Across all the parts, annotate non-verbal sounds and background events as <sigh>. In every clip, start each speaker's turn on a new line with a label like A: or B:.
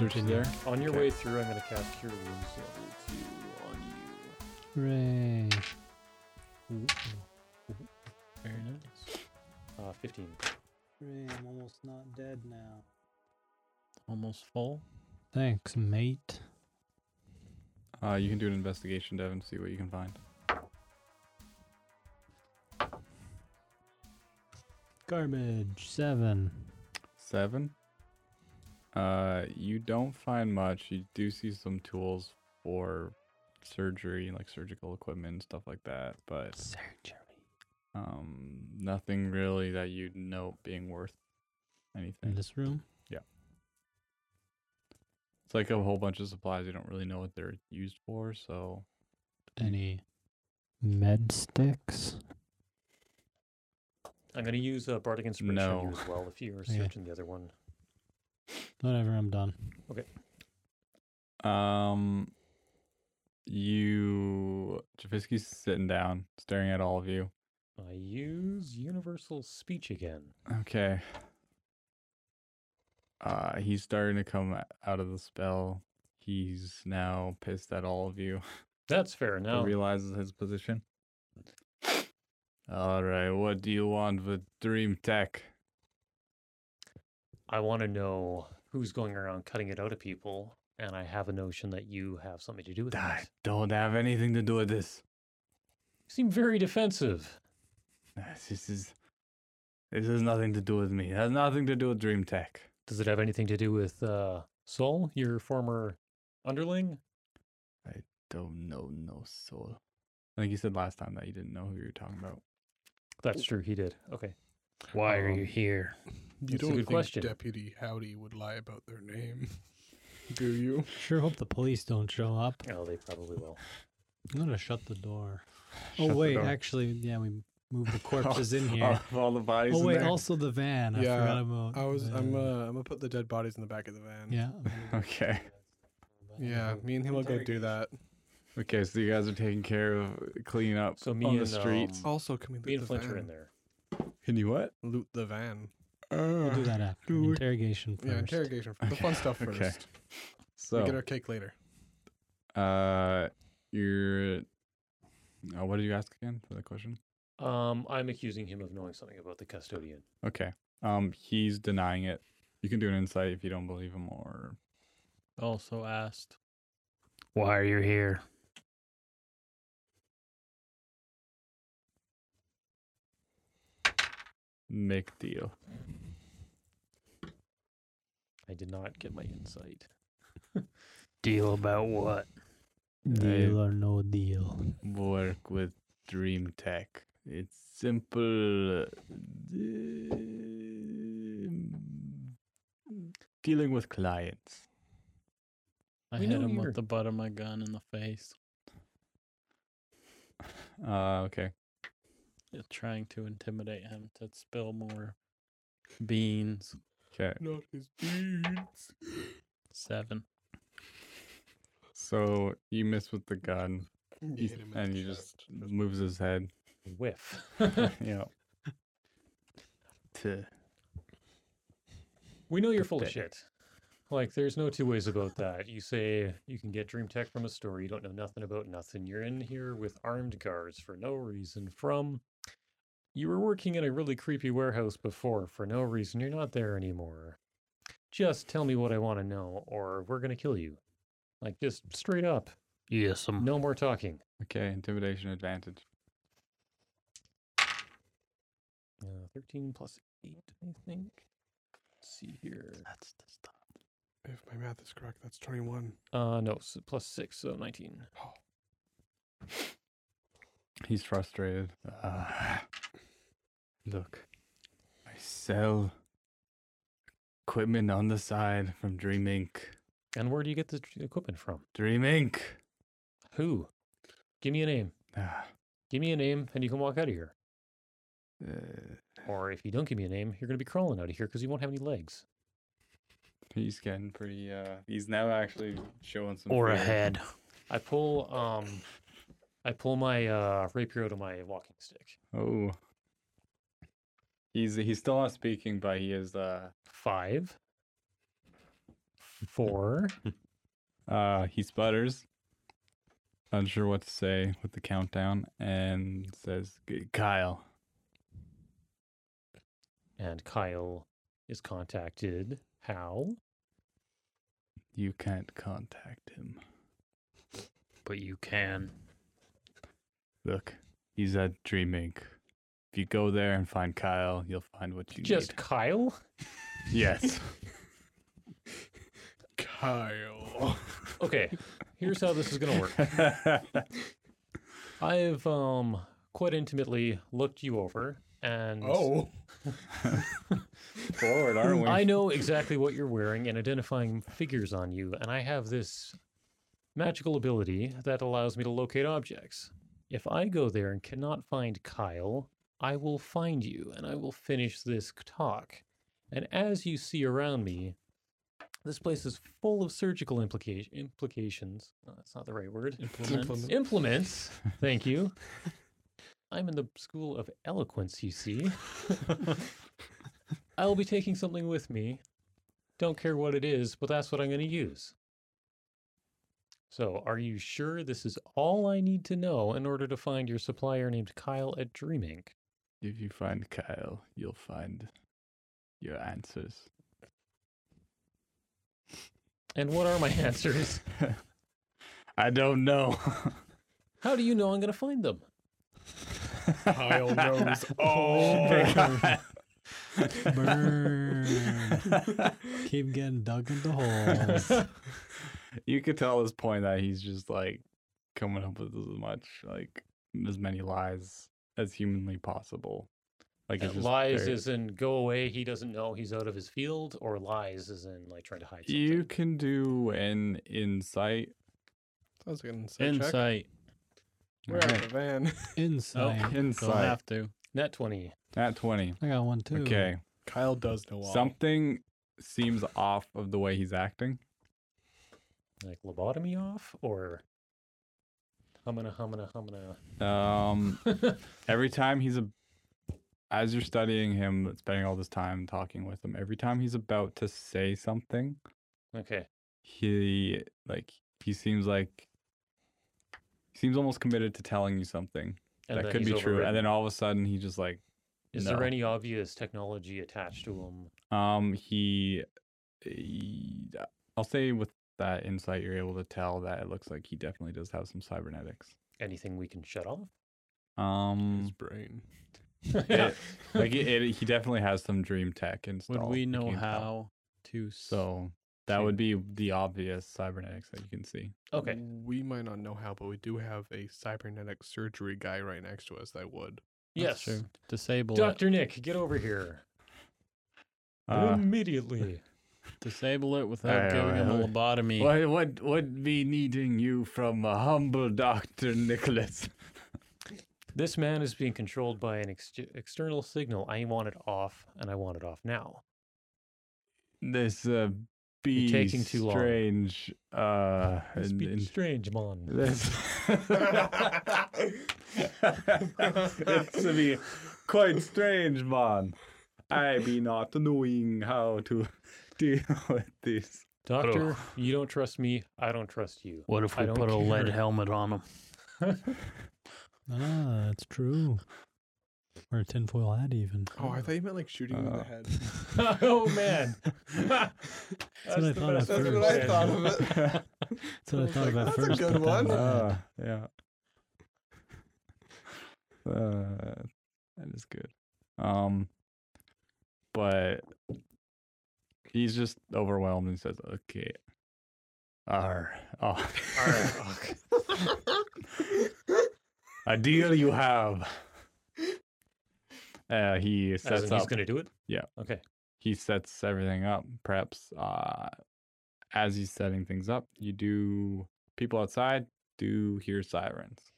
A: which is there.
B: On your
C: Okay.
B: way through, I'm going to cast Cure Wounds level two on
A: Hooray.
B: you. Very nice. Uh, 15.
A: Hooray, I'm almost not dead now.
B: Almost full.
A: Thanks, mate.
C: Uh, you can do an investigation, Devin, to see what you can find.
A: Garbage. Seven.
C: Seven. Uh, you don't find much. You do see some tools for surgery, like surgical equipment and stuff like that, but
A: Surgery.
C: um, nothing really that you would note being worth anything.
A: In this room?
C: It's like a whole bunch of supplies. You don't really know what they're used for, so
A: Any med sticks?
B: I'm going to use uh, Bardic Inspiration on you
C: No.
B: as well if you're
A: Okay.
B: searching the other one.
A: Whatever, I'm done.
C: Um, you, Javisky's sitting down, staring at all of you.
B: I use Universal Speech again.
C: Okay. Uh, he's starting to come o- out of the spell. He's now pissed at all of you. <laughs>
B: That's fair.
C: He
B: Now,
C: Realizes his position. All right, what do you want with Dream Tech?
B: I want to know who's going around cutting it out of people, and I have a notion that you have something to do with
C: I
B: that.
C: don't have anything to do with this.
B: You seem very defensive.
C: This is, this has nothing to do with me. It has nothing to do with Dream Tech.
B: Does it have anything to do with uh, Sol, your former underling?
C: don't know no soul. I think you said last time that you didn't know who you were talking about.
B: That's true. He did. Okay.
C: Why are you
B: here?
D: You
B: That's a
D: don't
B: good
D: think
B: question.
D: Deputy Howdy would lie about their name, do you?
A: Sure hope the police don't show up.
B: Oh, they probably will.
A: I'm gonna shut the door.
C: Shut
A: oh
C: the
A: wait,
C: door.
A: actually, yeah, we moved the corpses in here.
C: <laughs> All, all the bodies.
A: oh
C: in
A: wait,
C: there?
A: also the van. I
D: Yeah,
A: forgot about.
D: I was. I'm.
A: the-
D: Uh, I'm gonna put the dead bodies in the back of the van.
A: Yeah.
C: <laughs> Okay.
D: Yeah. Me and him will go do that.
C: Okay, so you guys are taking care of cleaning up
B: So me
C: on
B: and
C: the streets.
B: um,
D: Also, can we
B: me
D: loot
B: and
D: the
B: Flint are
D: van?
B: in there.
C: Can you what?
D: Loot the van.
A: We'll do that after
C: do it.
A: interrogation first.
D: Yeah, interrogation. f- The
C: Okay,
D: fun stuff first.
C: okay.
D: We get
C: So,
D: our cake later.
C: uh, you're. Oh, what did you ask again for the question?
B: Um, I'm accusing him of knowing something about the custodian.
C: Okay. Um, he's denying it. You can do an insight if you don't believe him, or
E: Also asked.
F: Why are you here?
C: make deal.
B: I did not get my insight.
F: Deal about what?
A: Deal or no deal.
C: work with Dream Tech. It's simple uh, um, dealing with clients.
E: I
B: We
E: hit
B: know
E: him
B: you're-
E: with the butt of my gun in the face.
C: Uh, okay.
E: Yeah, Trying to intimidate him to spill more beans.
C: Okay.
D: Not his beads.
E: Seven.
C: So you miss with the gun, you- and he just moves his head.
B: Whiff.
C: <laughs> yeah. To
B: We know you're full of
C: Pathetic.
B: shit. Like, there's no two ways about that. You say you can get dream tech from a store, you don't know nothing about nothing. You're in here with armed guards for no reason. From you were working in a really creepy warehouse before for no reason. You're not there anymore. Just tell me what I want to know, or we're gonna kill you. Like, just straight up.
F: Yes, I'm.
B: No more talking.
C: okay, intimidation advantage.
B: Uh, 13 plus 8, I think. Let's see here.
E: That's the stuff.
D: If my math is correct, that's 21.
B: Uh, no, s- plus 6, so 19.
C: He's frustrated. Uh, look, I sell equipment on the side from Dream Inc.
B: And where do you get the tr- equipment from?
C: Dream Inc.
B: Who? Give me a name.
C: Ah.
B: Give me a name and you can walk out of here.
C: Uh,
B: Or if you don't give me a name, you're going to be crawling out of here because you won't have any legs.
C: he's getting pretty. Uh, he's now actually showing some.
F: Or a
C: fear.
F: head.
B: I pull um I pull my uh rapier out of my walking stick.
C: Oh. He's he's still not speaking, but he is. Uh,
B: Five. Four.
C: Uh, he sputters, unsure what to say with the countdown, and says, "G- Kyle.
B: And Kyle is contacted. How?
C: You can't contact him.
F: But you can.
C: Look, he's at Dream Inc. If you go there and find Kyle, you'll find what you
B: Just Kyle?
C: need. Yes.
D: <laughs> Kyle.
B: Okay. Here's how this is going to
C: <laughs>
B: work. I've um quite intimately looked you over and
D: Oh.
C: Forward, aren't <laughs> we?
B: I know exactly what you're wearing and identifying figures on you, and I have this magical ability that allows me to locate objects. If I go there and cannot find Kyle, I will find you and I will finish this talk. And as you see around me, this place is full of surgical implica- implications. No, that's not the right word.
E: Implements.
B: Implements. Thank you. I'm in the school of eloquence, you see. I'll be taking something with me. Don't care what it is, but that's what I'm going to use. So, are you sure this is all I need to know in order to find your supplier named Kyle at Dream Inc?
C: If you find Kyle, you'll find your answers.
B: And what are my <laughs> answers?
C: <laughs> I don't know. <laughs>
B: How do you know I'm going to find them?
C: <laughs>
D: Kyle knows
C: Oh,
D: all.
A: Burn. Keep getting dug
D: <laughs>
A: into holes.
C: you could tell at this point that he's just like coming up with as much like as many lies as humanly possible. Like it's
B: And
C: just
B: lies
C: very-
B: is in go away, he doesn't know he's out of his field, or lies is in like trying to hide something.
C: you can do an insight.
D: Sounds like an insight. check.
E: Insight.
D: We're out of the van. <laughs>
A: Inside.
E: You'll
C: Insight
E: have to.
B: Net 20.
C: at twenty.
A: I got one too.
C: Okay.
D: Kyle does know all.
C: Something seems off of the way he's acting.
B: Like lobotomy off, or humana, humana, humana. <laughs>
C: Um, every time he's a, as you're studying him, spending all this time talking with him, every time he's about to say something,
B: Okay.
C: he like he seems like he seems almost committed to telling you something
B: And
C: that
B: then
C: could be
B: he's
C: true,
B: overridden.
C: and then all of a sudden he just like
B: Is
C: No.
B: there any obvious technology attached to him?
C: um he, he- I'll say with that insight you're able to tell that it looks like he definitely does have some cybernetics.
B: Anything we can shut off?
D: His
C: Um,
D: brain.
C: <laughs> it,
B: <laughs>
C: like it, it, he definitely has some dream tech installed.
E: Would we
C: you
E: know
C: can tell.
E: how to s-
C: So that would be the obvious cybernetics that you can see.
B: okay.
D: We might not know how, but we do have a cybernetic surgery guy right next to us that would.
B: Yes.
E: That's true. Disable it.
B: Dr. Nick, get over here.
C: Uh,
B: Immediately.
E: Disable it without
C: Alright,
E: giving him a
C: alright.
E: lobotomy.
C: what what would be needing you from a humble <laughs> doctor, Nicholas?
B: This man is being controlled by an ex- external signal. I want it off, and I want it off now.
C: This uh, be
B: taking too long.
C: strange.
E: <laughs>
C: Uh,
B: It's
C: and-
B: been
C: and-
B: strange, man.
C: this. <laughs> it's to be quite strange, man. I be not knowing how to <laughs> deal with this. <laughs>
B: Doctor, you don't trust me. I don't trust you.
F: What if
B: I
F: we
B: don't
F: put a lead
B: care.
F: helmet on him?
A: <laughs> Ah, that's true. Or a tinfoil hat, even.
D: Oh, I thought you meant like shooting him in
C: Uh,
D: the head.
B: <laughs> oh, man.
C: <laughs>
A: That's what I thought at
D: <laughs> That's
A: first.
D: what I thought of
C: <laughs>
D: it.
A: That's what I thought
D: like,
A: about
D: that's a
A: first.
D: good
A: but then-
D: one.
C: Uh, yeah. Uh, that is good. Um, but he's just overwhelmed and says, "Okay, ar, oh, <laughs> a deal you have." Uh, he
B: As
C: sets
B: in he's
C: up.
B: going to do it?
C: Yeah.
B: Okay.
C: He sets everything up. Perhaps, uh, as he's setting things up, you do. People outside do hear sirens.
D: <laughs>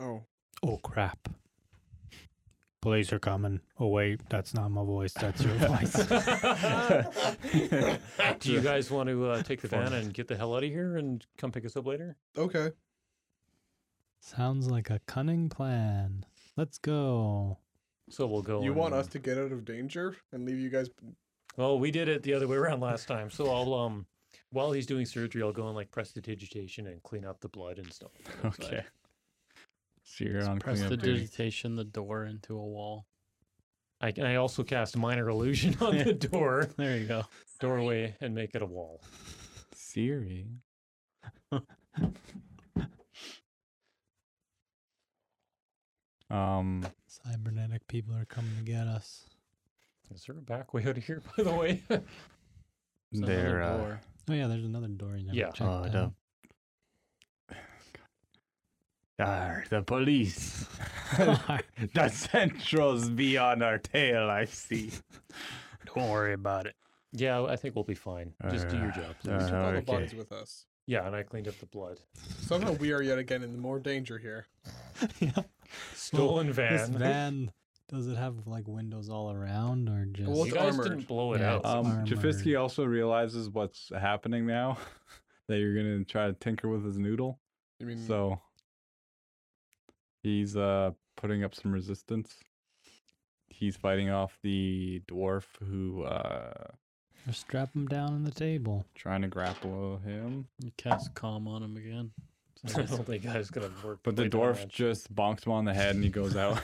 D: Oh.
A: Oh crap. Police are coming. Oh wait, that's not my voice. That's <laughs> your voice.
C: <laughs>
B: Do you guys want to uh, take the van
C: Fun.
B: and get the hell out of here and come pick us up later?
D: Okay.
A: Sounds like a cunning plan. Let's go.
B: So we'll go.
D: You want
B: and-
D: us to get out of danger and leave you guys
B: Well, we did it the other way around last time, so I'll um, while he's doing surgery, I'll go on like prestidigitation and clean out the blood and stuff. like that.
C: Okay. So you're
E: Just
C: on
E: press
C: cleanup
E: the
C: duty.
E: digitation the door into a wall.
B: I can I also cast minor illusion on the door
E: There you go.
B: doorway and make it a wall.
C: Siri. um,
A: Cybernetic people are coming to get us.
B: Is there a back way out of here, by the way? <laughs>
E: It's another
C: they're uh,
E: door.
A: Oh yeah, there's another door you never
B: Yeah.
A: checked.
F: Oh, the...
A: out.
C: Arr, ah, the <laughs> police. the central's beyond our tail, I see.
F: Don't worry about it.
B: yeah, I think we'll be fine. Just do your
C: Uh,
B: job, please.
C: uh,
D: took all the
C: okay.
D: bodies with us.
B: yeah, and I cleaned up the blood.
D: Somehow we are yet again in more danger here.
A: <laughs> yeah.
B: Stolen
A: This
B: van.
A: van does it have like windows all around or just?
D: Well,
B: you
D: it's
B: guys
D: armored.
B: didn't blow it
A: Yeah,
B: out.
A: it's-
B: <laughs>
C: Um,
A: armored.
C: Jafisky also realizes what's happening now <laughs> that you're gonna try to tinker with his noodle.
D: I mean,
C: So he's uh putting up some resistance. He's fighting off the dwarf who uh
A: Or strap them down on the
E: <laughs>
A: table.
C: trying to grapple him.
E: You cast calm on him again. <laughs>
B: I don't think that is gonna work.
C: But the
B: quite that
C: dwarf <laughs>
B: much.
C: just bonks him on the head and he goes out.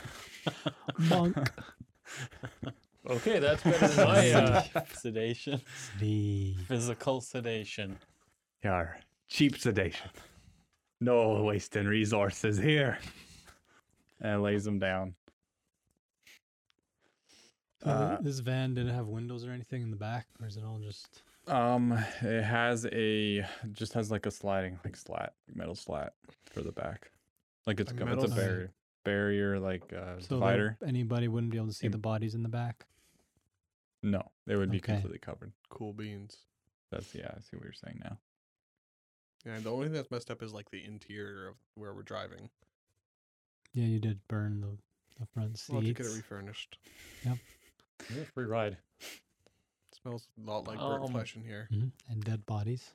A: Bonk.
B: Okay, that's better <laughs> than my uh,
E: <laughs> sedation.
A: the
E: Physical sedation.
C: <laughs> Yar. Cheap sedation. No wasting resources here. And lays him down.
A: So th-
C: Uh,
A: this van didn't have windows or anything in the back, or is it all just?
C: Um, it has a just has like a sliding like slat, like metal slat for the back. Like it's
D: A
C: co-
D: metal
C: it's a
A: slat.
C: barrier barrier like uh
A: So that
C: divider.
A: anybody wouldn't be able to see
C: Im-
A: the bodies in the back.
C: No, they would be
A: Okay.
C: completely covered.
D: cool beans.
C: That's yeah, I see what you're saying now.
D: And the only thing that's messed up is like the interior of where we're driving.
A: Yeah, you did burn the, the front
D: We'll have to
A: seats.
D: get it refurnished.
B: yeah, free ride.
D: smells a lot like burnt
B: Um,
D: flesh in here.
A: Mhm, And dead bodies.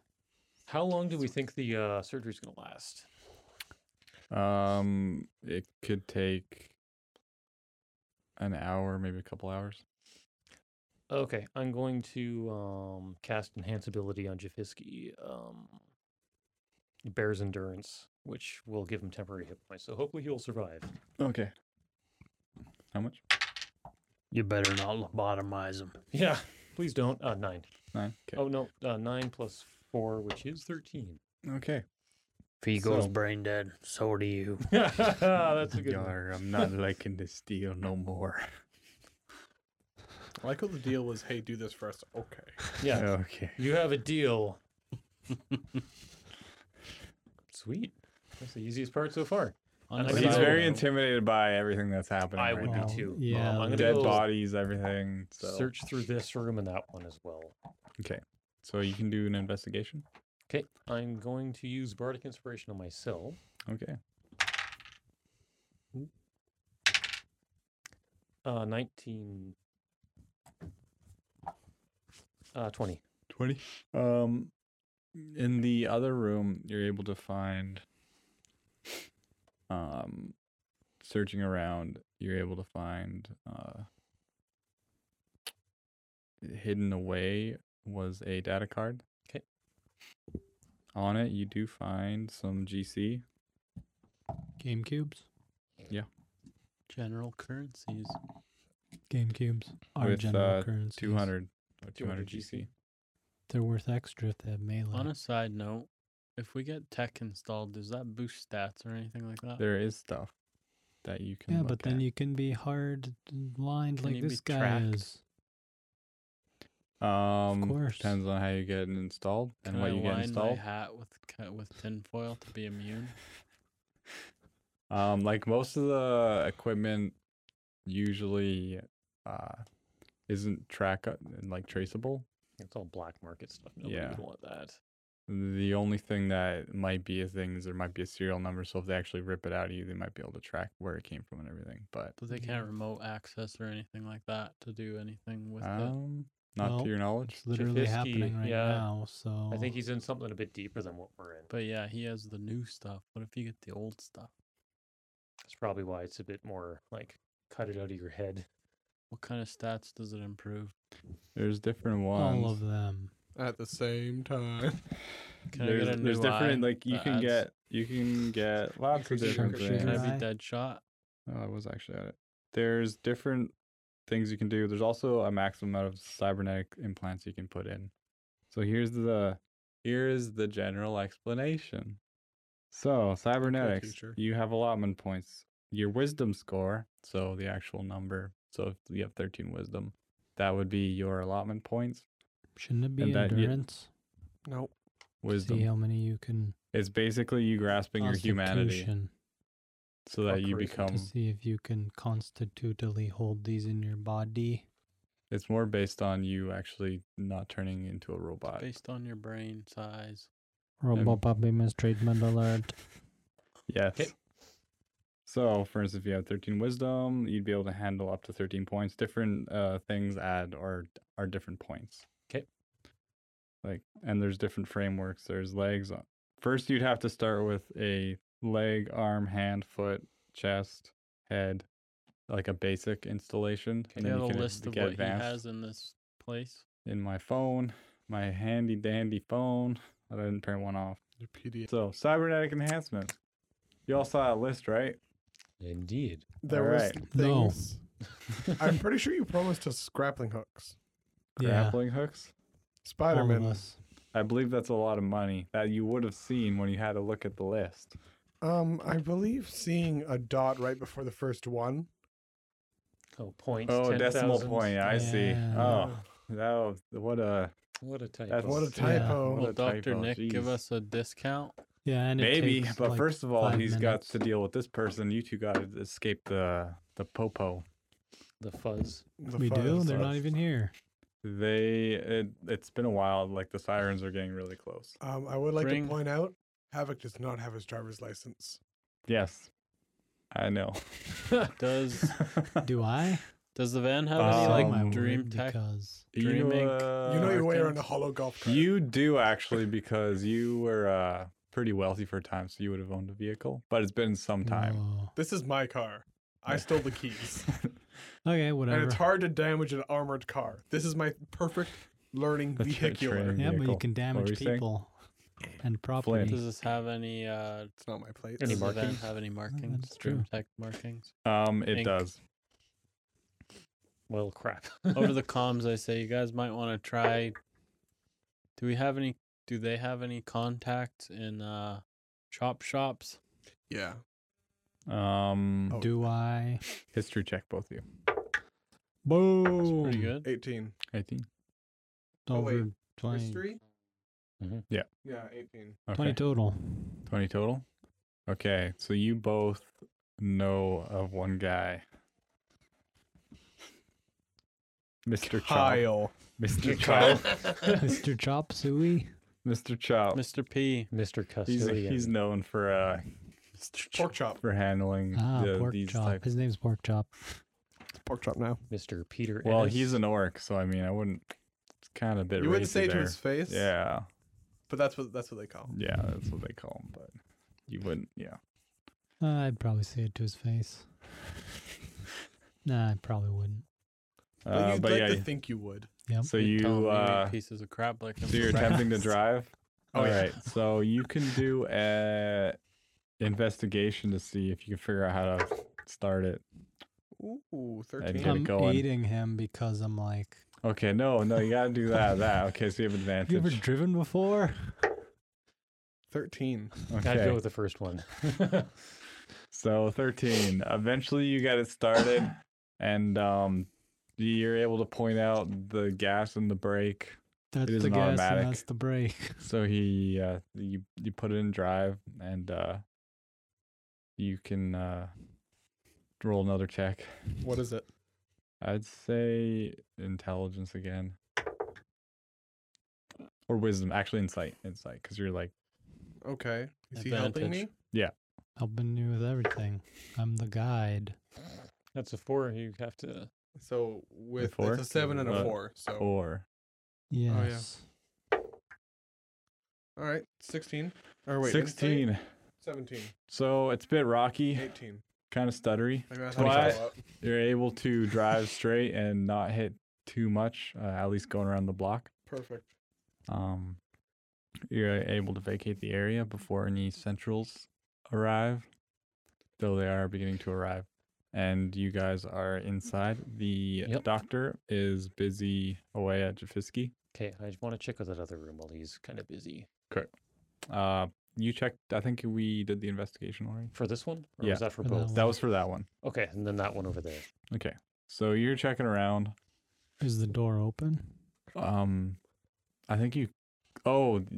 B: How long do we think the uh, surgery's gonna last?
C: Um, it could take an hour, maybe a couple hours.
B: Okay, I'm going to um, cast enhance ability on Jafisky. Um, bears endurance, which will give him temporary hit points. So hopefully he'll survive.
C: Okay. How much?
F: You better not lobotomize him.
B: Yeah, please don't. Uh, nine.
C: Nine. Okay.
B: Oh no, uh, nine plus four, which is thirteen.
C: Okay.
F: If he goes
C: So-
F: brain dead, so do you.
B: <laughs> That's a good one.
C: Yar, um, I'm not liking this deal no more.
D: I like how the deal was, hey, do this for us. Okay.
B: Yeah,
C: Okay.
B: you have
C: <laughs>
B: a deal. Sweet. That's the easiest part so far.
E: On
B: I
E: the
B: mean,
C: He's
B: so-
E: side-
C: very intimidated by everything that's happening.
B: I
C: right
B: would
C: now.
B: be too.
A: yeah,
B: Um, I'm gonna
C: Dead
B: go
C: bodies, everything. So.
B: search through this room and that one as well.
C: Okay. So you can do an investigation.
B: Okay, I'm going to use Bardic Inspiration on myself.
C: Okay.
B: Uh, 19. Uh, 20.
C: 20. Um, in the other room, you're able to find, um, searching around, you're able to find, uh, hidden away was a data card.
B: 'Kay.
C: On it, you do find some GC.
A: Game cubes.
E: general currencies.
A: Game cubes are
C: With,
A: general
C: uh,
A: currencies.
C: 200, uh,
B: 200
C: 200 GC.
A: They're worth extra if they have melee.
E: On a side note, if we get tech installed, does that boost stats or anything like that?
C: There is stuff that you can.
A: yeah,
C: look
A: but then
C: at.
A: you can be hard lined
E: Can
A: like
E: you be
A: this guy
E: tracked?
A: is.
C: Um,
A: course.
C: Depends on how you get it installed and
E: Can
C: what
E: I
C: you get
E: line my
C: installed.
E: hat with ca- with tinfoil to be immune?
C: Um, like most of the equipment usually uh isn't track uh, and like traceable.
B: It's all black market stuff. Nobody
C: Yeah.
B: would want that.
C: The only thing that might be a thing is there might be a serial number. So if they actually rip it out of you, they might be able to track where it came from and everything. But
E: But they can't remote access or anything like that to do anything with it.
C: um, not
A: Well,
C: to your knowledge.
A: It's literally
B: Jafisky,
A: happening right
B: yeah.
A: now. So
B: I think he's in something a bit deeper than what we're in.
E: But yeah, he has the new stuff. What if you get the old stuff?
B: That's probably why it's a bit more like cut it out of your head.
E: What kind of stats does it improve?
C: There's different ones.
A: all of them.
D: at the same
C: <laughs>
D: time.
E: Can I get
C: there's
E: a
C: there's
E: new Uh,
C: different
E: eye
C: like you
E: that
C: can
E: adds-
C: get you can get lots of
D: Increase your
C: different
D: sugar-
C: things.
E: Can I
A: Eye.
E: be dead shot?
C: Oh, I was actually at it. There's different things you can do. There's also a maximum amount of cybernetic implants you can put in. So here's the here's the general explanation. So cybernetics,
D: teacher.
C: you have allotment points. Your wisdom score, so the actual number. So if you have 13 wisdom, that would be your allotment points.
A: Shouldn't it be
C: And that you-
A: endurance?
D: Nope.
C: Wisdom.
A: See how many you can.
C: It's basically you grasping your humanity
A: Constitution,
C: so that
B: Or
C: you
B: charisma to
C: become.
A: To see if you can constitutively hold these in your body.
C: It's more based on you actually not turning into a robot.
E: Based on your brain size.
A: Robopop mistreatment alert.
C: Yes.
B: Okay.
C: So, for instance, if you have 13 wisdom, you'd be able to handle up to 13 points. Different uh, things add or are different points.
B: 'Kay.
C: Like, and there's different frameworks. There's legs. First, you'd have to start with a leg, arm, hand, foot, chest, head, like a basic installation.
E: Can I have a
C: uh,
E: list of
C: get
E: what
C: advanced
E: he has in this place?
C: in my phone, my handy dandy phone. But I didn't turn one off.
D: Your PDA.
C: So, cybernetic enhancement. You all saw that list, right?
B: Indeed.
D: There
C: All
D: was
C: right.
A: No.
D: things.
C: <laughs>
D: I'm pretty sure you promised us grappling hooks.
A: Yeah.
C: grappling hooks.
A: all of
D: Spider-Man.
A: us.
C: I believe that's a lot of money that you would have seen when you had a look at the list.
D: Um, I believe seeing a dot right before the first one.
B: Oh, points.
C: Oh,
B: 10
C: decimal
B: thousands.
C: point. I see.
A: Yeah.
D: Uh,
C: Oh, that what a
B: What a type.
C: that's
D: What a typo.
C: What
E: Will
C: a
E: Dr.
C: typo,
E: Nick give
C: jeez.
E: us a discount?
C: <laughs>
A: Yeah, and it
C: maybe.
A: takes,
C: But
A: like,
C: first of all,
A: five
C: he's got
A: minutes.
C: to deal with this person. You two got to escape the the popo.
B: The fuzz.
D: The
A: we do.
D: fuzz.
A: They're not
C: us.
A: even here.
C: They it, it's been a while. Like the sirens are getting really close.
D: Um, I would like
E: Bring-
D: to point out Havoc does not have his driver's license.
C: Yes, I know. <laughs>
E: Does
A: Do I?
E: does the van have
A: Oh
E: any
C: Um,
A: my
E: like dream
A: word,
E: tech?
A: Because
C: you
E: Dreaming.
C: know,
D: you know
C: uh,
D: your way around
E: Perkins?
D: a hollow golf cart.
C: You do actually because you were uh, pretty wealthy for a time, so you would have owned a vehicle. But it's been some
D: Oh.
C: time.
A: Whoa.
D: This is my car. I stole the keys.
A: Okay,
D: and
A: <laughs> whatever.
D: it's hard to damage an armored car. This is my perfect learning
C: That's right,
D: vehicular.
C: training.
A: Yeah, but
C: vehicle.
A: you
C: were
A: can
C: you
A: damage
C: saying?
A: people and property.
E: Does this have any uh
D: It's not my plate.
E: does the van
B: markings?
E: have any markings?
A: that's
E: Dream
A: true.
E: tech markings.
C: <laughs> Um, it
E: Ink.
C: does.
B: Well, crap.
E: Over the comms I say you guys might want to try Do we have any do they have any contacts in uh chop shops?
D: Yeah.
C: Um,
D: Oh.
A: Do I?
C: history check, both of you.
A: Boom.
E: Pretty good.
D: 18.
C: Eighteen.
D: Oh, wait.
A: Over 20,
D: History?
B: <laughs> Mhm.
C: Yeah.
D: Yeah, 18.
C: Okay.
A: 20
C: <laughs>
A: total.
C: 20 total. Okay, so you both know of one guy, Mr. Chop.
D: Kyle. <laughs>
C: Mr. <laughs> Chop.
A: Mr. Chop Suey.
C: Mr. Chop.
E: Mr. P.
B: Mr.
C: He's
B: Custodian.
C: he's known for uh
D: Pork chop.
C: for handling
A: Ah,
C: the,
A: Pork
C: these
A: Chop.
C: types.
A: His name's Pork Chop.
D: Pork chop now.
B: Mr. Peter.
C: Well, he's
B: Ennis.
C: an orc, so I mean, I wouldn't. It's kind of a bit.
D: You wouldn't
C: racy
D: say it to
C: there.
D: his face.
C: Yeah,
D: But that's what that's what they call. him.
C: yeah, that's what they call him, but you wouldn't. Yeah.
A: Uh, I'd probably say it to his <laughs> face. Nah, I probably wouldn't.
D: Well,
C: Uh,
D: you'd
C: but
D: like
C: yeah.
D: to
C: you-
D: think you would.
A: Yep.
C: so
E: You'd tell him
C: you
E: ate
C: uh,
E: pieces of crap like him
C: so you're
E: for <laughs>
C: attempting to
E: breakfast.
C: drive.
D: Oh,
C: All
D: yeah.
C: right, so you can do a investigation to see if you can figure out how to start it.
D: Ooh,
C: get
D: 13.
C: it
A: I'm
C: going.
A: eating him because I'm like,
C: Okay, no, no, you gotta do that. That okay, so you have advantage.
A: you ever driven before?
D: 13.
B: Gotta
C: okay.
B: go with the first one.
C: <laughs> So 13. Eventually you get it started and um you're able to point out the gas and the brake.
A: That's
C: is
A: the
C: an
A: gas
C: automatic.
A: and that's the brake.
C: So he uh you you put it in drive and uh you can uh roll another check.
D: What is it?
C: I'd say intelligence again. Or wisdom, actually insight, insight, because you're like
D: Okay. Is he helping me?
E: Advantage.
A: Helping you with everything. I'm the guide.
B: That's a four. You have to.
D: So with
C: four?
D: it's a 7 and
C: Uh,
D: a 4. So
C: or
D: yeah.
A: Yes.
D: All right, 16. Or wait, insight?
C: oh. sixteen.
D: 17,
C: So it's a bit rocky,
D: 18.
C: kind of stuttery.
D: I got
C: Twenty-five.
D: up.
C: You're able to drive straight and not hit too much, uh, at least going around the block.
D: Perfect. <laughs>
C: Um, you're able to vacate the area before any centrals arrive, though they are beginning to arrive. And you guys are inside. The
B: Yep.
C: doctor is busy away at Jafisky.
B: Okay, I want to check with that other room while he's kind of busy.
C: Uh, you checked. I think we did the investigation already.
B: For this one? Or
C: Yeah,
B: was that for
E: for that
B: both?
E: one.
C: That was for that one.
B: Okay, and then that one over there.
C: Okay. So you're checking around.
A: Is the door open?
C: Um, I think you. Oh, th-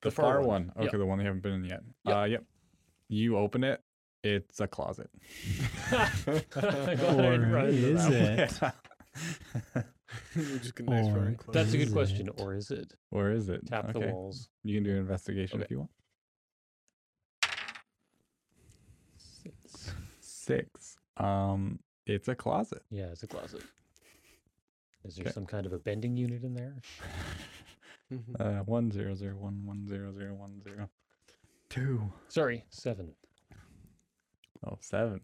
C: the, far, one. Okay,
B: Yep.
C: the one they haven't been in yet.
B: Yep.
C: Uh, yep. You open it. It's a
A: <laughs>
B: <laughs>
C: closet.
B: Glad I didn't
A: Or
B: run into
A: is
B: that one.
A: it?
C: Yeah.
D: You're just getting nice
A: Or-
D: very
B: That's a
A: Is
B: good question.
A: it?
B: Or is it?
C: <laughs> or is it?
B: Tap the
C: Okay,
B: walls.
C: You can do an investigation
B: Okay.
C: if you want. Six. Um, it's a
B: <laughs>
C: closet.
B: Yeah, it's a closet. Is there
C: Okay.
B: some kind of a bending unit in there?
D: Mhm. <laughs>
C: Uh, one zero zero one one zero zero one zero. Two.
B: Sorry, seven.
C: Oh, seven.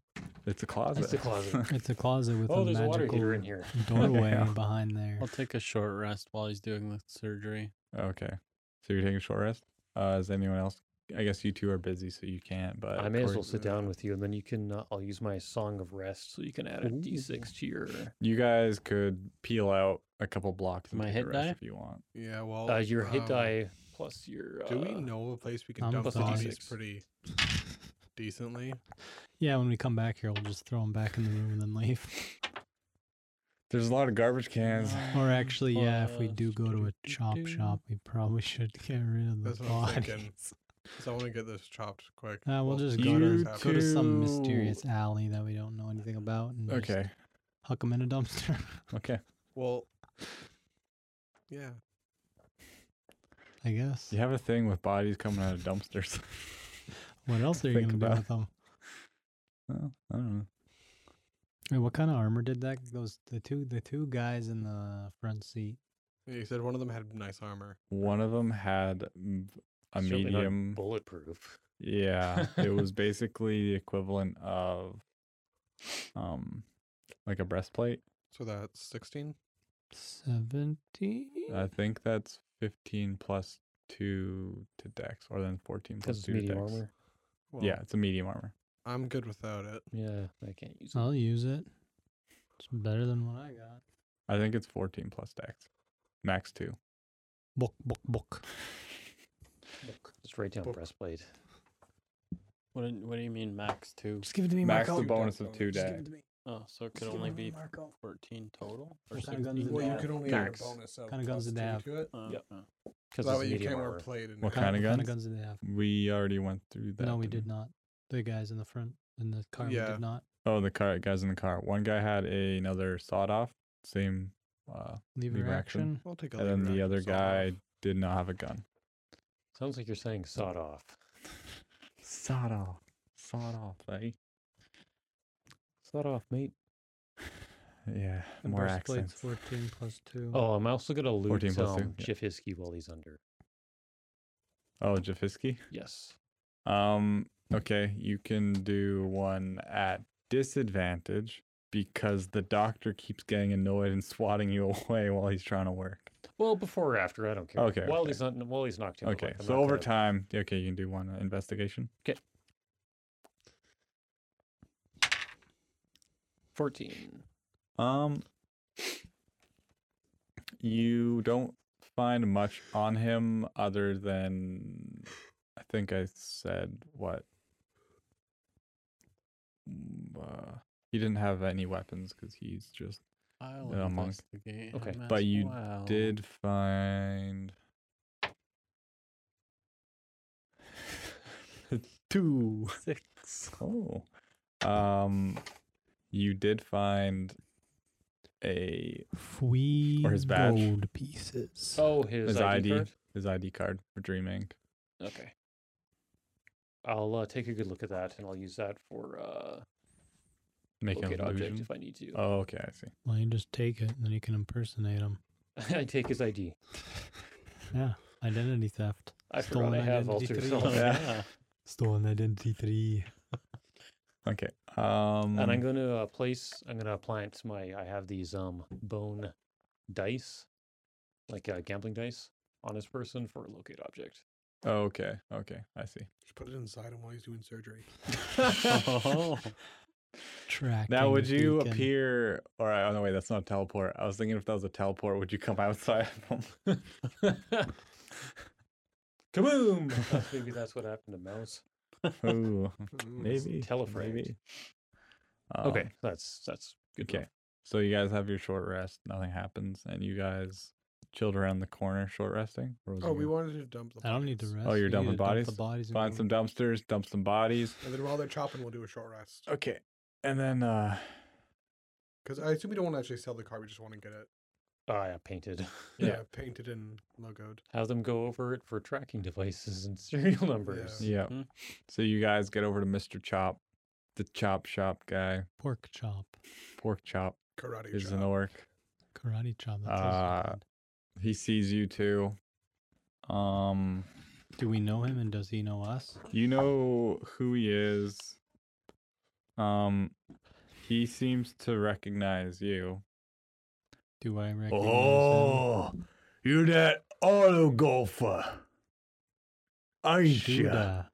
C: It's a closet.
B: It's
C: <laughs>
B: a closet.
A: It's a closet with
B: oh,
A: a
B: there's a water
A: magical
B: heater in here.
A: doorway
C: Yeah.
A: behind there.
E: I'll take a short rest while he's doing the surgery.
C: Okay. So you're taking a short rest? Uh, is anyone else? I guess you two are busy, so you can't, but. uh,
B: I may as
C: Cor-
B: well sit down with you, and then you can. Uh, I'll use my song of rest, so you can add a six to your.
C: You guys could peel out a couple blocks and
E: My
C: take a
E: hit
C: rest
E: die?
C: if you want.
D: Yeah, well,
B: Uh, your hit
D: um,
B: die plus your. Uh,
D: Do we know a place we can
A: I'm
D: dump
A: plus a
D: zombies
B: D6.
D: pretty decently?
A: Yeah, when we come back here, we'll just throw them back in the room and then leave.
C: There's a lot of garbage
A: uh,
C: <laughs> cans.
A: <sighs> Or actually, yeah, if we Uh, do
E: Plus
A: go to a chop
E: doo-doo-doo.
A: shop, we probably should <laughs> get rid of the
D: That's what I'm
A: bodies. <laughs>
D: thinking. So I want to get this chopped quick.
A: Uh, we'll just
C: You
A: go to,
C: two-
A: go to
C: two-
A: some mysterious alley that we don't know anything about and
C: <laughs>
A: just
C: Okay.
A: huck them in a dumpster. <laughs>
C: Okay.
D: Well, yeah.
A: I guess.
C: You have a thing with bodies coming out of dumpsters. <laughs>
A: What else are you
C: Think
A: gonna
C: about
A: do
C: it.
A: with them?
C: well, I don't know.
A: Wait, what kind of armor did that? Those the two the two guys in the front seat.
D: Yeah, You said one of them had nice armor.
C: One of them had mm, a
B: certainly not
C: medium.
B: bulletproof.
C: Yeah, it
B: <laughs>
C: was basically the equivalent of, um, like a breastplate.
D: So that's 16?
A: Seventy.
C: I think that's 15 plus 2 to dex, or then 14 plus
B: Because it's
C: 2 to dex.
B: medium armor.
D: Well,
C: yeah, it's a medium armor.
D: I'm good without it.
B: Yeah, I can't use it.
A: I'll use it. It's better than what I got.
C: I think it's 14 plus dex. Max 2.
A: Book book book.
B: Just write down
D: Book.
B: breastplate.
E: What do, what do you mean max two?
A: Just give it to me,
C: Max
A: Marco.
C: the
D: Two dex
C: bonus of
D: bonus.
C: 2
A: Just give
C: dex.
A: it to me.
E: Oh, so it could
A: Just give
E: only
A: it to me,
E: be
A: Marco.
E: fourteen total. Or
A: What kind of guns do
E: 16?
A: they
D: Well, you
A: have?
D: could only
B: Dex.
D: have a bonus of
A: Kind of guns
D: plus
A: did they
D: two
A: have?
D: to it.
E: Uh,
B: Yep.
E: uh,
B: Because
D: that
B: it's
D: way you
B: medium
D: can't wear
B: armor.
D: plate in
C: What
D: there.
C: kind of
A: What kind
C: guns?
A: of guns did they have?
C: We already went through that.
A: no, we
C: didn't
A: did not. The guys in the front in the car we
D: Yeah.
A: did not.
C: Oh, the car guys in the car. One guy had a, another sawed off, same uh
A: Lever,
C: Lever action.
A: action.
D: We'll take a
C: and then
D: lever
C: the
D: action
C: other
D: sawed off.
C: guy did not have a gun.
B: Sounds like you're saying sawed off.
C: Sawed off. Sawed off, eh?
B: Sawed off, mate.
C: Yeah,
A: The
C: more
A: breastplate's
C: accents.
A: fourteen plus two.
B: Oh, I'm also gonna loot
C: 14 Mm-hmm. plus two,
B: um,
C: yeah.
B: Jeff Hiskey while he's under.
C: Oh, Jafisky?
B: Yes.
C: Um, okay, you can do one at disadvantage because the doctor keeps getting annoyed and swatting you <laughs> away while he's trying to work.
B: Well, before or after, I don't care.
C: Okay,
B: While
C: okay.
B: he's not, while he's knocked out.
C: Okay,
B: like, I'm
C: so
B: not
C: over
B: gonna-
C: time, okay, you can do one uh, investigation.
B: 14.
C: Um, you don't find much on him other than I think I said what. Mm, Uh, he didn't have any weapons because he's just
E: I'll
C: Uh, monk.
E: investigate
B: Okay.
E: him
C: But
E: as
C: you
E: well.
C: did find <laughs> two six. Oh, um, you did find a
A: Fwee
C: Or his badge.
A: gold pieces.
B: Oh, his,
C: his
B: ID.
C: ID,
B: card?
C: his ID card for Dream Inc.
B: Okay. I'll uh, take a good look at that, and I'll use that for uh,
C: Making
B: locate
C: an
B: object
C: illusion.
B: if I need to.
C: Oh, okay, I see.
A: Well, you just take it and then you can impersonate him.
B: <laughs> I take his ID.
A: Yeah, identity theft.
B: I forgot
A: Stolen
B: I have
A: identity
B: altered
A: three.
B: self.
E: Oh, yeah.
A: Stolen identity three.
C: Okay, um,
B: <laughs> And I'm going to uh, place, I'm going to plant my, I have these um bone dice, like uh, gambling dice. on his person for a locate object.
C: Oh, okay. Okay. I see.
D: Just put it inside him while he's doing surgery.
E: <laughs> Oh.
C: Now, would you appear? Or oh no, wait, that's not a teleport. I was thinking if that was a teleport, would you come <laughs> outside? of them?
B: Kaboom! I thought Maybe that's what happened to Mouse.
C: Ooh,
D: Mm.
C: maybe
B: telefract.
C: maybe.
B: Okay,
C: Um,
B: that's that's good.
C: okay. So you guys have your short rest. Nothing happens, and you guys chilled around the corner, short resting. Or was
D: Oh,
C: it
D: we
C: you?
D: wanted to dump the
A: I don't need to
D: bodies.
A: rest.
C: Oh, you're
A: We
C: done
A: need
C: with
A: to dump
C: bodies?
A: The bodies and
C: Find
A: go-
C: some dumpsters, dump some bodies,
D: And then while they're chopping, we'll do a short rest.
C: Okay. And then uh
D: Because I assume we don't want to actually sell the car. We just want to get it
B: Oh, yeah, painted. <laughs>
C: Yeah.
D: uh, <laughs> painted and logoed.
B: Have them go over it for tracking devices and serial numbers.
C: yeah.
E: Mhm.
C: So you guys get over to Mr. Chop, the chop shop guy.
A: pork chop,
C: Pork chop
D: Karate
C: is
D: chop.
C: an orc.
A: karate chop. That
C: Uh,
A: uh,
C: He sees you too. Um
A: Do we know him and does he know us?
C: you know who he is. Um he seems to recognize you.
A: Do I recognize him?
C: you Oh, that auto golfer. Are
A: Shooter.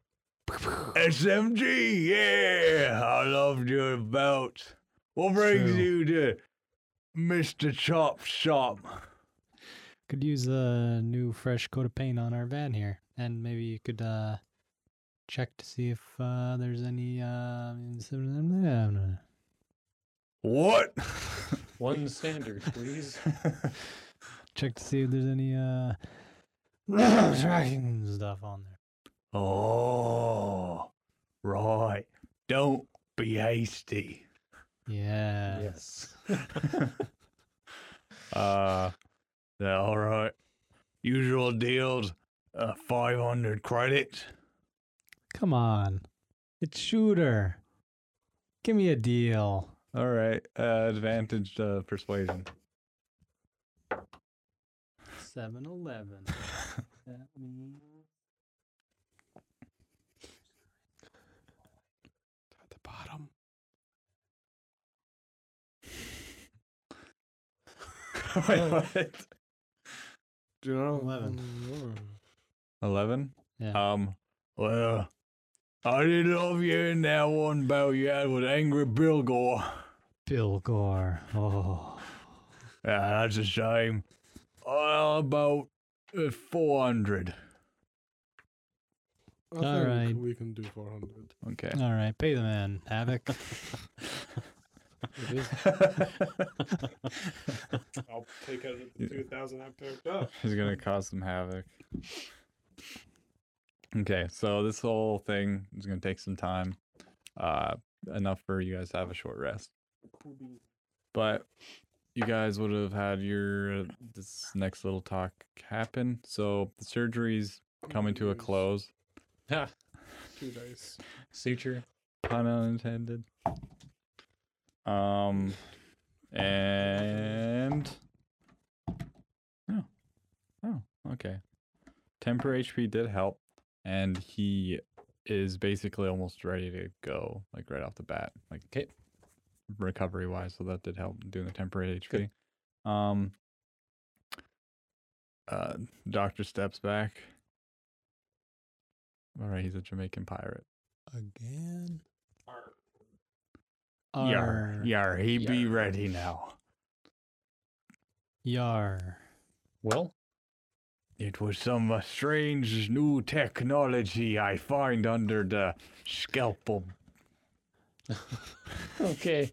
A: <sighs>
C: SMG, yeah, I loved your belt. What brings
A: True.
C: you to Mr. Chop Shop?
A: Could use a new fresh coat of paint on our van here, and maybe you could uh, check to see if uh, there's any. Uh,
C: What? <laughs>
B: One standard, please.
A: check to see if there's any uh, <coughs> tracking stuff on there.
C: oh, right. Don't be hasty.
A: Yeah.
B: yes.
C: uh, yeah, all right. Usual deals, uh, 500 credits.
A: Come on, it's shooter. Give me a deal.
C: All right, uh, advantage uh, persuasion.
A: Seven Eleven. That means
D: At the bottom.
C: <laughs> Wait, what?
D: Do you know?
A: Eleven.
D: Mm,
C: 11?
A: Yeah.
C: Um, well, I did love hearing that one battle you had with Angry Bill Gore.
A: Bill Gore. Oh,
C: Yeah, that's a shame. Uh, about uh, 400.
D: I think
A: right.
D: We can do 400.
C: Okay.
A: all right. Pay the man, Havoc.
D: I'll take out
C: Yeah.
D: 2,000 I picked up.
C: He's going to cause some havoc. Okay, so this whole thing is going to take some time. Uh, enough for you guys to have a short rest. but you guys would have had your uh, this next little talk happen. So the surgery's coming to a close,
B: Ha,
D: Two dice.
B: <laughs> Suture.
C: pun unintended. Um, and oh, oh, okay. Temper HP did help, and he is basically almost ready to go, like right off the bat, like
B: Okay.
C: recovery wise. So that did help doing the temporary HP. Um, uh, doctor steps back. All right, he's a Jamaican pirate.
A: Again.
C: Yar,
A: Yar.
C: yar, he be
B: Yar.
C: ready now.
A: Yar.
B: Well,
C: It was some uh, strange new technology I find under the scalpel.
B: okay.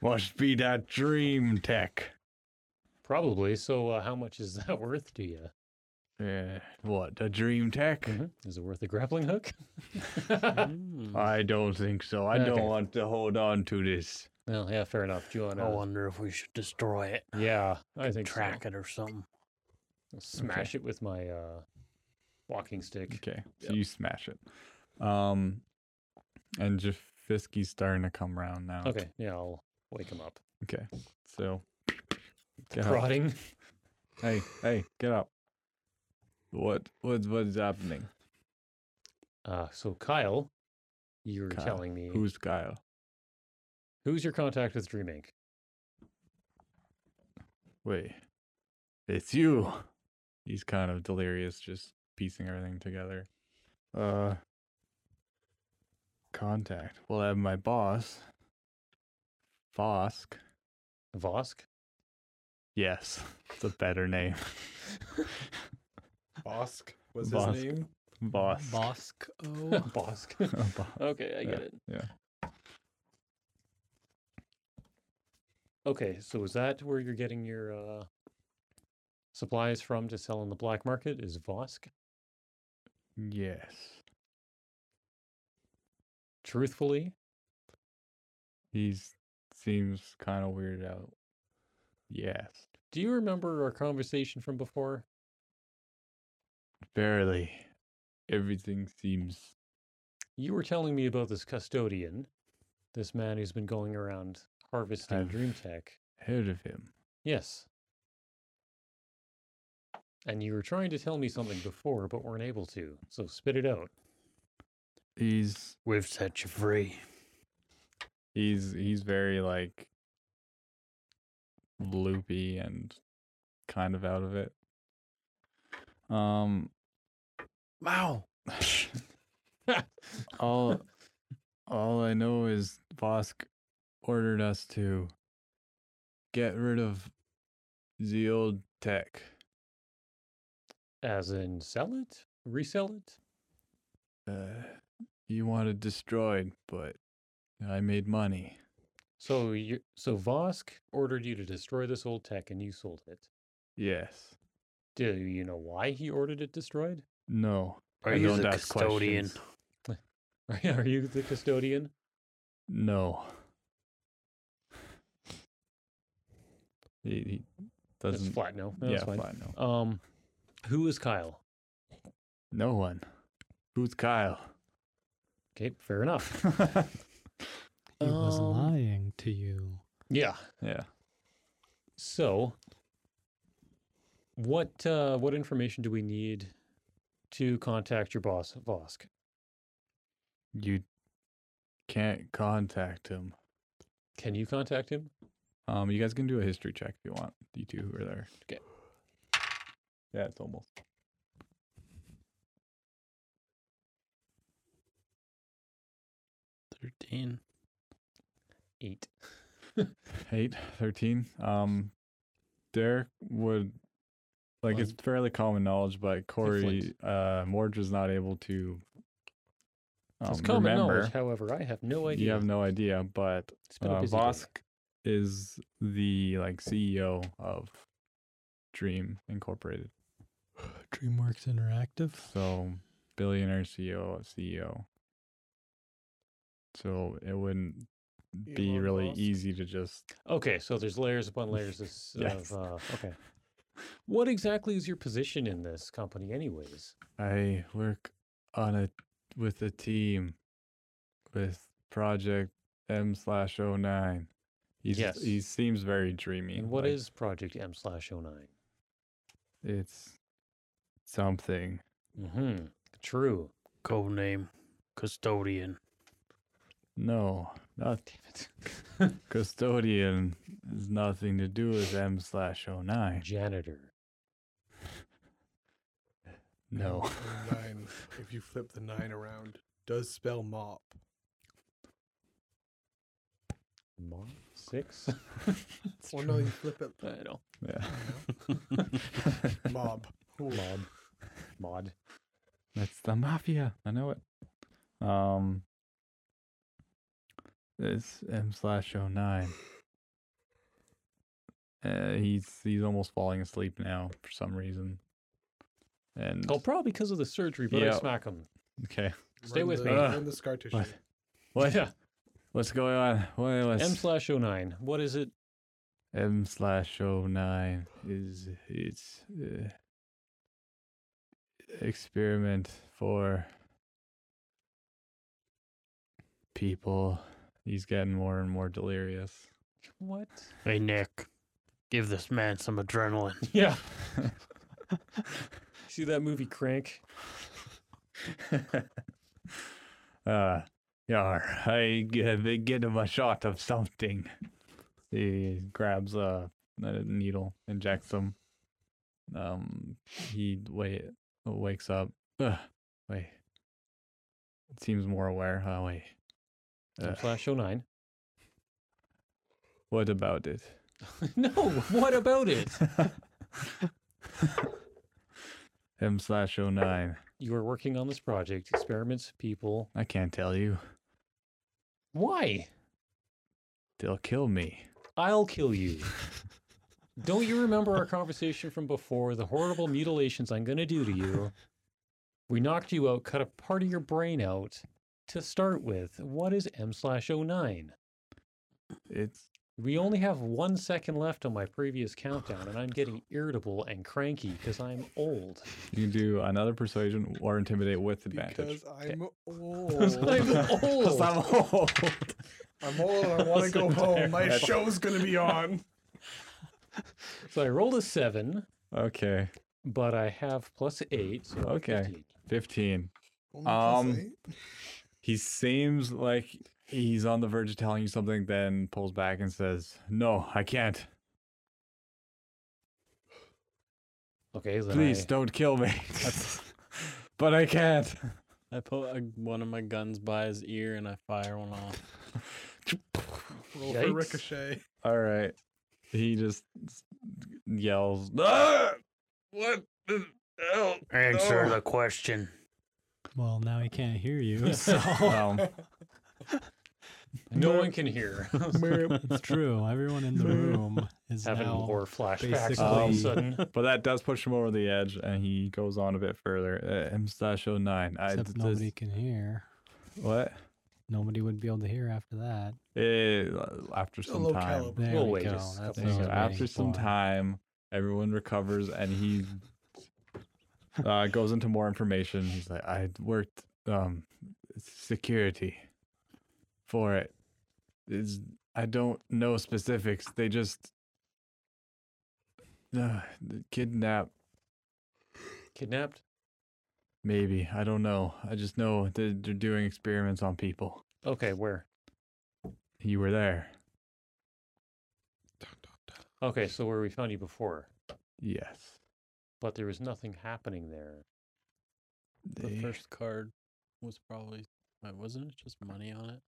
C: Must be that dream tech.
B: Probably. So, uh, how much is that <laughs> worth to you?
C: Uh, what, the dream tech?
B: Is it worth a grappling hook? <laughs>
E: Mm.
C: I don't think so. I
B: Okay.
C: don't want to hold on to this.
B: well, yeah, fair enough. Do you want
F: I
B: to?
F: wonder if we should destroy it,
B: Yeah, I think
F: track
B: so.
F: it or something.
B: I'll Smash it with my uh, walking stick.
C: Okay, so you smash it. Um, and Jafisky's starting to come around now.
B: Okay, yeah, I'll wake him up.
C: Okay, so get up.
B: Prodding.
C: Hey, hey, get up. What, what, what is happening?
B: Uh, so Kyle, you were
C: Kyle,
B: telling me
C: Who's Kyle?
B: who's your contact with Dream Inc.
C: Wait, It's you. <laughs> He's kind of delirious, just piecing everything together. Uh, contact. Well, I have my boss, Vosk.
B: Vosk?
C: Yes, <laughs> it's a better name. <laughs>
D: Bosk was
C: Bosk.
D: his name.
C: Boss. <laughs>
B: <laughs>
A: Bosco.
B: <laughs> Vosk.
E: Okay, I
C: Yeah.
E: get it.
B: Okay, so is that where you're getting your uh, supplies from to sell on the black market? Is Vosk?
C: Yes.
B: Truthfully,
C: He seems kind of weirded out. Yes.
B: do you remember our conversation from before?
C: Barely. Everything seems
B: You were telling me about this custodian, this man who's been going around harvesting
C: I've-
B: dream tech.
C: heard of him.
B: Yes. And you were trying to tell me something before, but weren't able to. So spit it out.
C: He's
F: We've set you free.
C: he's he's very like loopy and kind of out of it. Um
E: Wow.
C: all all I know is Vosk ordered us to get rid of the old tech.
B: As in, sell it, resell it.
C: Uh you want it destroyed, but I made money.
B: So you, so Vosk ordered you to destroy this old tech, and you sold it.
C: Yes.
B: Do you know why he ordered it destroyed? <laughs>
C: No.
F: Are
C: I
F: you
C: don't
F: the
C: ask
F: custodian?
C: questions.
B: Are you the custodian?
C: No. He, he
B: That's
C: doesn't.
B: flat. No, No,
C: yeah,
B: that's fine.
C: flat, No.
B: Um, who is Kyle?
C: No one. Who's Kyle?
B: Okay,
C: <laughs>
B: fair enough.
A: He was
B: Um,
A: lying to you.
B: Yeah.
C: yeah.
B: So, what uh, what information do we need to contact your boss, Vosk?
C: You can't contact him.
B: Can you contact him?
C: Um, you guys can do a history check if you want. You two who are there.
B: Okay.
C: Yeah, it's almost.
E: Thirteen.
B: Eight.
C: 8 13 um derek would like it's fairly common knowledge but corey uh morge was not able to um,
B: it's common
C: remember
B: knowledge. However, I have no idea.
C: you have no idea but
B: It's been a
C: uh,
B: busy day.
C: vosk is the like ceo of dream incorporated
A: DreamWorks Interactive.
C: so billionaire ceo of ceo so it wouldn't be
D: Elon
C: really
D: Musk.
C: easy to just
B: Okay, so there's layers upon layers of, s-
C: Yes.
B: of uh, okay. What exactly is your position in this company, anyways?
C: I work on a with a team with Project M slash 09. He's,
B: Yes.
C: He seems very dreamy.
B: And what
C: like,
B: is Project M slash 9
C: It's something.
B: Mm-hmm. True.
F: Code name, custodian.
C: No,
B: <laughs>
C: not
B: Damn it.
C: custodian has nothing to do with M slash 09.
B: Janitor.
C: No.
D: And Nine. if you flip the nine around, does spell mop.
B: Mom?
C: <laughs>
B: Six?
D: Or no, you flip it
E: I know.
C: Yeah.
D: mob. Cool.
B: Mod.
C: <laughs>
B: Mod.
C: That's the mafia. I know it. Um, it's M slash 09. Uh, he's he's almost falling asleep now for some reason. And
B: Oh, probably because of the surgery, but I
C: Yeah.
B: smack him.
C: okay,
B: Stay
D: Run
B: with
D: the,
B: me.
C: Ah.
D: Run the scar tissue.
C: what? What? <laughs>
B: Yeah.
C: What's going on? What was
B: M slash 09. What is it?
C: M slash 09 is it's uh, experiment for people. He's getting more and more delirious.
B: What?
F: Hey, Nick, give this man some adrenaline.
B: Yeah. <laughs> See that movie Crank?
C: <laughs> uh, yar, I g- get him a shot of something. He grabs a, a needle, injects him, Um, he wait wakes up. Ugh, wait, seems more aware. Oh wait,
B: And
C: Ugh,
B: Flash 09.
C: what about it?
B: <laughs> no, what about it?
C: M slash 09.
B: You are working on this project, experiments, people.
C: I can't tell you.
B: Why?
C: They'll kill me.
B: I'll kill you. Don't you remember our conversation from before? The horrible mutilations I'm going to do to you. We knocked you out, cut a part of your brain out to start with. What is M slash 09?
C: It's
B: We only have one second left on my previous countdown, and I'm getting irritable and cranky because I'm old.
C: you can do another persuasion or intimidate with advantage.
D: Because I'm
C: <laughs>
D: old.
B: I'm old.
D: I'm old. I want to go home. My show's gonna be on. <laughs>
B: So I rolled a seven,
C: okay,
B: but I have plus eight. So I'm
C: Okay.
B: 15.
C: 15.
D: Only plus
C: Um,
D: eight?
C: He seems like he's on the verge of telling you something, then pulls back and says, No, I can't.
B: Okay, then
C: Please
B: I-
C: don't kill me. <laughs> but I can't. <laughs>
E: I put a, one of my guns by his ear and I fire one off.
D: Roll for
B: yikes.
D: ricochet.
C: All right. He just s- yells, ah! What the hell?
F: Answer
C: No. <laughs>
F: the question.
A: Well, now he can't hear you. So
C: Um,
B: <laughs> no one can
E: <laughs>
B: hear.
A: <laughs> it's true. Everyone in the room is
B: Having
A: now.
B: horror flashbacks all of a
C: basically-
B: sudden.
E: <laughs>
C: but that does push him over the edge, and he goes on a bit further. Uh, M slash 09. I,
A: Except
C: this-
A: nobody can hear.
C: What?
A: Nobody would be able to hear after that.
C: Eh, after
D: A
C: some
D: low
C: time.
D: caliber.
A: There
B: We'll
A: we
B: wait
A: go.
B: just a
A: That's what I
B: couple
C: So
A: was
B: seconds.
A: waiting
C: after some
A: for.
C: time, everyone recovers and he uh, goes into more information. He's like, I worked um, security for it. It's, I don't know specifics. They just uh, kidnap,
B: Kidnapped?
C: maybe. I don't know. I just know that they're doing experiments on people.
B: Okay, where?
C: You were there.
B: Okay, so where we found you before.
C: Yes.
B: But there was nothing happening there.
E: The
C: They-
E: first card was probably wait, wasn't it just money on it?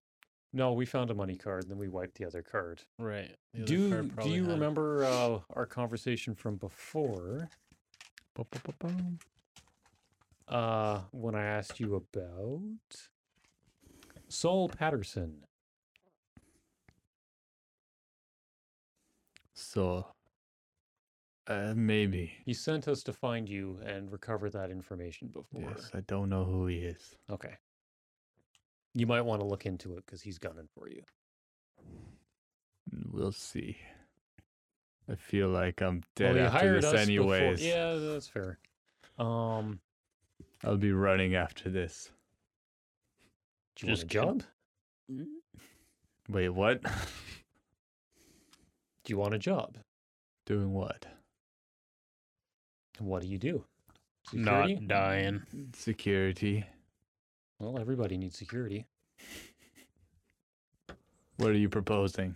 B: No, we found a money card and then we wiped the other card.
E: Right. the other
B: Do,
E: card
B: do
E: probably
B: you
E: had-
B: remember uh, our conversation from before
C: Ba-ba-ba-bum.
B: uh, when I asked you about Saul Patterson?
C: So, uh, maybe.
B: He sent us to find you and recover that information before.
C: Yes, I don't know who he is.
B: Okay. You might want to look into it because he's gunning for you.
C: Mm, We'll see. I feel like I'm
B: Well,
C: dead
B: he
C: after
B: hired
C: this,
B: us before-
C: anyways.
B: Yeah, that's fair. Um,
C: I'll be running after this.
B: do you want
E: Just
B: a
E: kidding.
B: job?
C: Wait, what? <laughs>
B: Do you want a job?
C: Doing what?
B: What do you do? Security?
F: Not dying.
B: Mm.
C: Security.
B: Well, everybody needs security.
C: What are you proposing?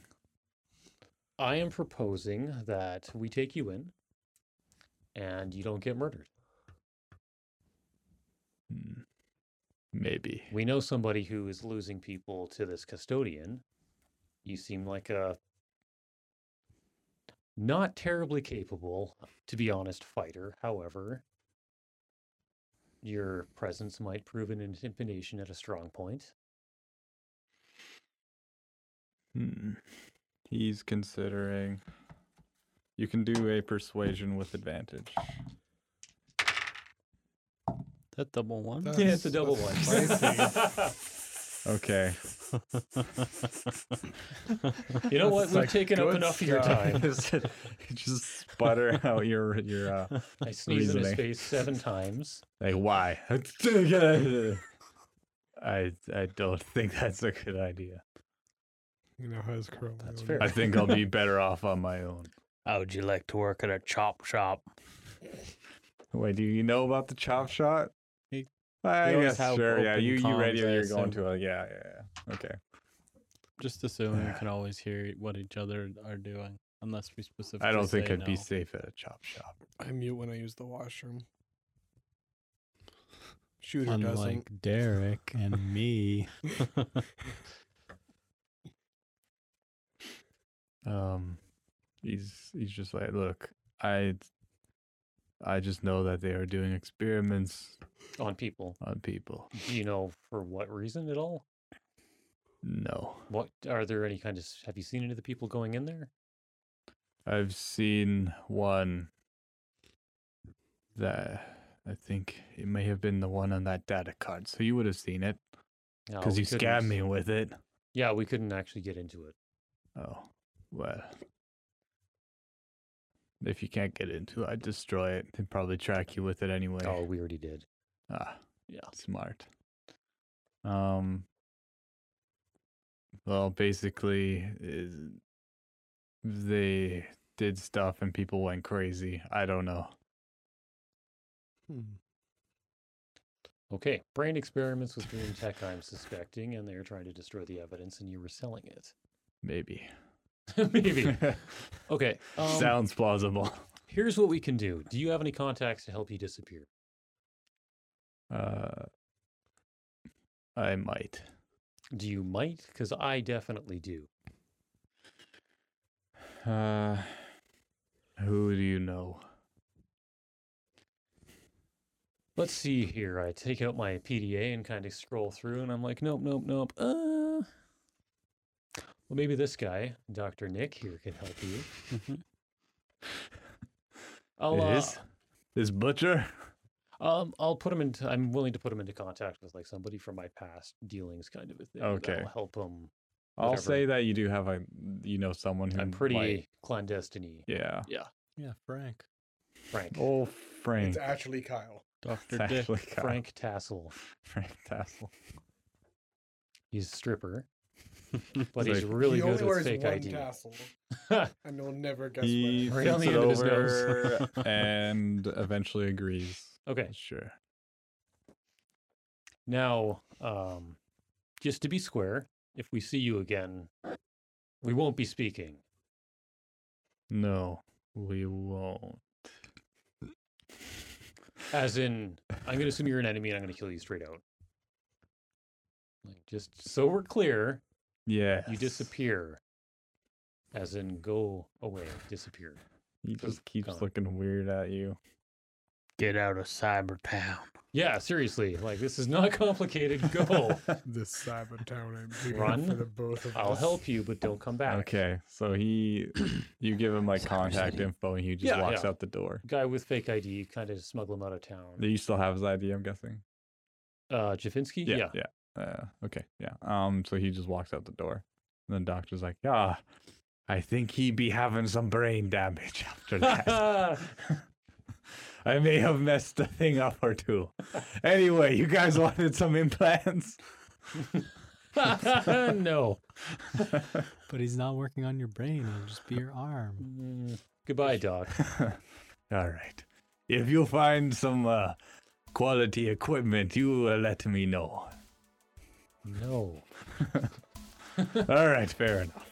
B: I am proposing that we take you in and you don't get murdered.
C: Hmm, Maybe.
B: We know somebody who is losing people to this custodian. You seem like a not terribly capable, to be honest, fighter. However, your presence might prove an intimidation at a strong
C: <laughs>
B: point.
C: Hmm. He's considering. You can do a persuasion with
B: <laughs>
C: advantage. <laughs>
E: that double one?
D: That's-
E: <laughs>
B: Yeah, it's a
F: <laughs>
B: double one.
D: that's
C: Okay.
B: you
F: <laughs>
B: know what?
D: It's
B: We've
D: like,
B: taken up
D: good
B: enough of your
D: stuff.
B: time.
C: <laughs> Just sputter out your your uh, <laughs>
B: I sneezed in his
C: Reasoning.
B: face seven times.
C: Like why? <laughs> I I don't think that's a good idea.
D: You know how his curl.
B: That's
D: going.
B: fair.
C: I think I'll <laughs> be better off on my own.
F: How would you like to work at a chop shop?
C: Wait, do you know about the chop shot?
E: He-
C: I
E: he always
C: guess
E: have
C: sure. Yeah,
E: open
C: you you
E: comms,
C: radio.
E: I
C: You're going
E: assume.
C: to a yeah yeah. yeah. Okay.
E: Just assume we can always hear what each other are doing. unless we specifically.
C: I don't think
E: say
C: I'd be
E: no.
C: safe at a chop shop.
D: I mute when I use the washroom. Shooter doesn't.
A: Unlike Derek and me.
C: Um, he's he's just like, look, I I just know that they are doing experiments
B: on people.
C: on people.
B: Do you know for what reason at all?
C: No,
B: What are there any kind of? s- Have you seen any of the people going in there?
C: I've seen one that I think it may have been the one on that data card, so you would have seen it
B: No,
C: because
B: we
C: you
B: couldn't
C: scammed
B: s-
C: me with it.
B: Yeah, we couldn't actually get into it.
C: Oh, well. If you can't get into it, I'd destroy it. They'd probably track you with it anyway. <laughs>
B: Oh, we already did.
C: Ah,
B: Yeah.
C: smart. Um. Well, basically, is they did stuff and people went crazy. I don't know.
A: Hmm.
B: Okay, brain experiments with Dream Tech, I'm suspecting, and they're trying to destroy the evidence, and you were selling it. <laughs>
C: Maybe. <laughs>
B: Maybe. Okay. Um,
C: Sounds plausible.
B: Here's what we can do. Do you have any contacts to help you disappear?
C: Uh, I might.
B: Do you might? Because I definitely do.
C: Uh, who do you know?
B: Let's see here. I take out my PDA and kind of scroll through, and I'm like, nope, nope, nope. Uh, well, maybe this guy, Dr. Nick, here can help you.
E: Mhm.
B: I'll,
C: Mm-hmm. It
B: uh,
C: is? This butcher?
B: Um, I'll put him into. I'm willing to put him into contact with like somebody from my past dealings, kind of a thing.
C: Okay.
B: that'll help him.
C: I'll
B: Whatever.
C: say that you do have a you know someone who
B: I'm
C: might-
B: pretty clandestine,
C: Mm, yeah.
A: Yeah, Frank.
B: Frank.
C: Oh, Frank.
D: It's actually Kyle.
E: <laughs>
C: <laughs>
E: Doctor
C: It's
E: Dick.
C: actually Kyle.
B: Frank Tassel.
C: Frank Tassel.
B: He's
C: <laughs>
B: a stripper, but
C: He's
B: he's
C: like,
B: really
D: he
B: good
D: only
B: with
D: wears
B: fake
D: one
B: ID. <laughs>
D: tassel, and he'll never guess
C: He
D: what.
B: Right
C: flips
B: on the
C: it
B: end of his nose.
D: <laughs>
C: over and eventually agrees.
B: Okay,
C: Sure.
B: now, um, just to be square, if we see you again, we won't be speaking.
C: No, we won't.
B: As in, I'm gonna assume you're an enemy, and I'm gonna kill you straight out. Like, just so we're clear,
C: Yeah.
B: you disappear as in go away disappear
C: He
B: Just
C: just keeps
B: gone.
C: looking weird at
B: <laughs>
C: you.
F: Get out of Cybertown.
B: yeah seriously like this is not <laughs> complicated go
D: This cyber town ain't big
B: Run.
D: enough for the both of
B: i'll
D: us.
B: help you but don't come back
C: <laughs> Okay, so
B: <clears throat>
C: he, you give him like
F: Cyber
C: contact
F: City.
C: info, and he just
B: Yeah,
C: walks
B: yeah.
C: out the door.
B: guy with fake id kind of smuggle him out of town
C: You still have his ID, I'm guessing.
B: uh jafinsky
C: yeah, yeah. Uh, okay, yeah. Um, so he just walks out the door, and the doctor's like, "Ah, I think he be having some brain damage after
B: <laughs>
C: that. <laughs> I may have messed a thing up or two. Anyway, you guys wanted some implants?
B: <laughs> no
A: But he's not working on your brain. It'll just be your arm.
B: Mm, goodbye doc
C: All right. If you find some uh, quality equipment, you uh, let me know.
B: no
C: All right, fair enough.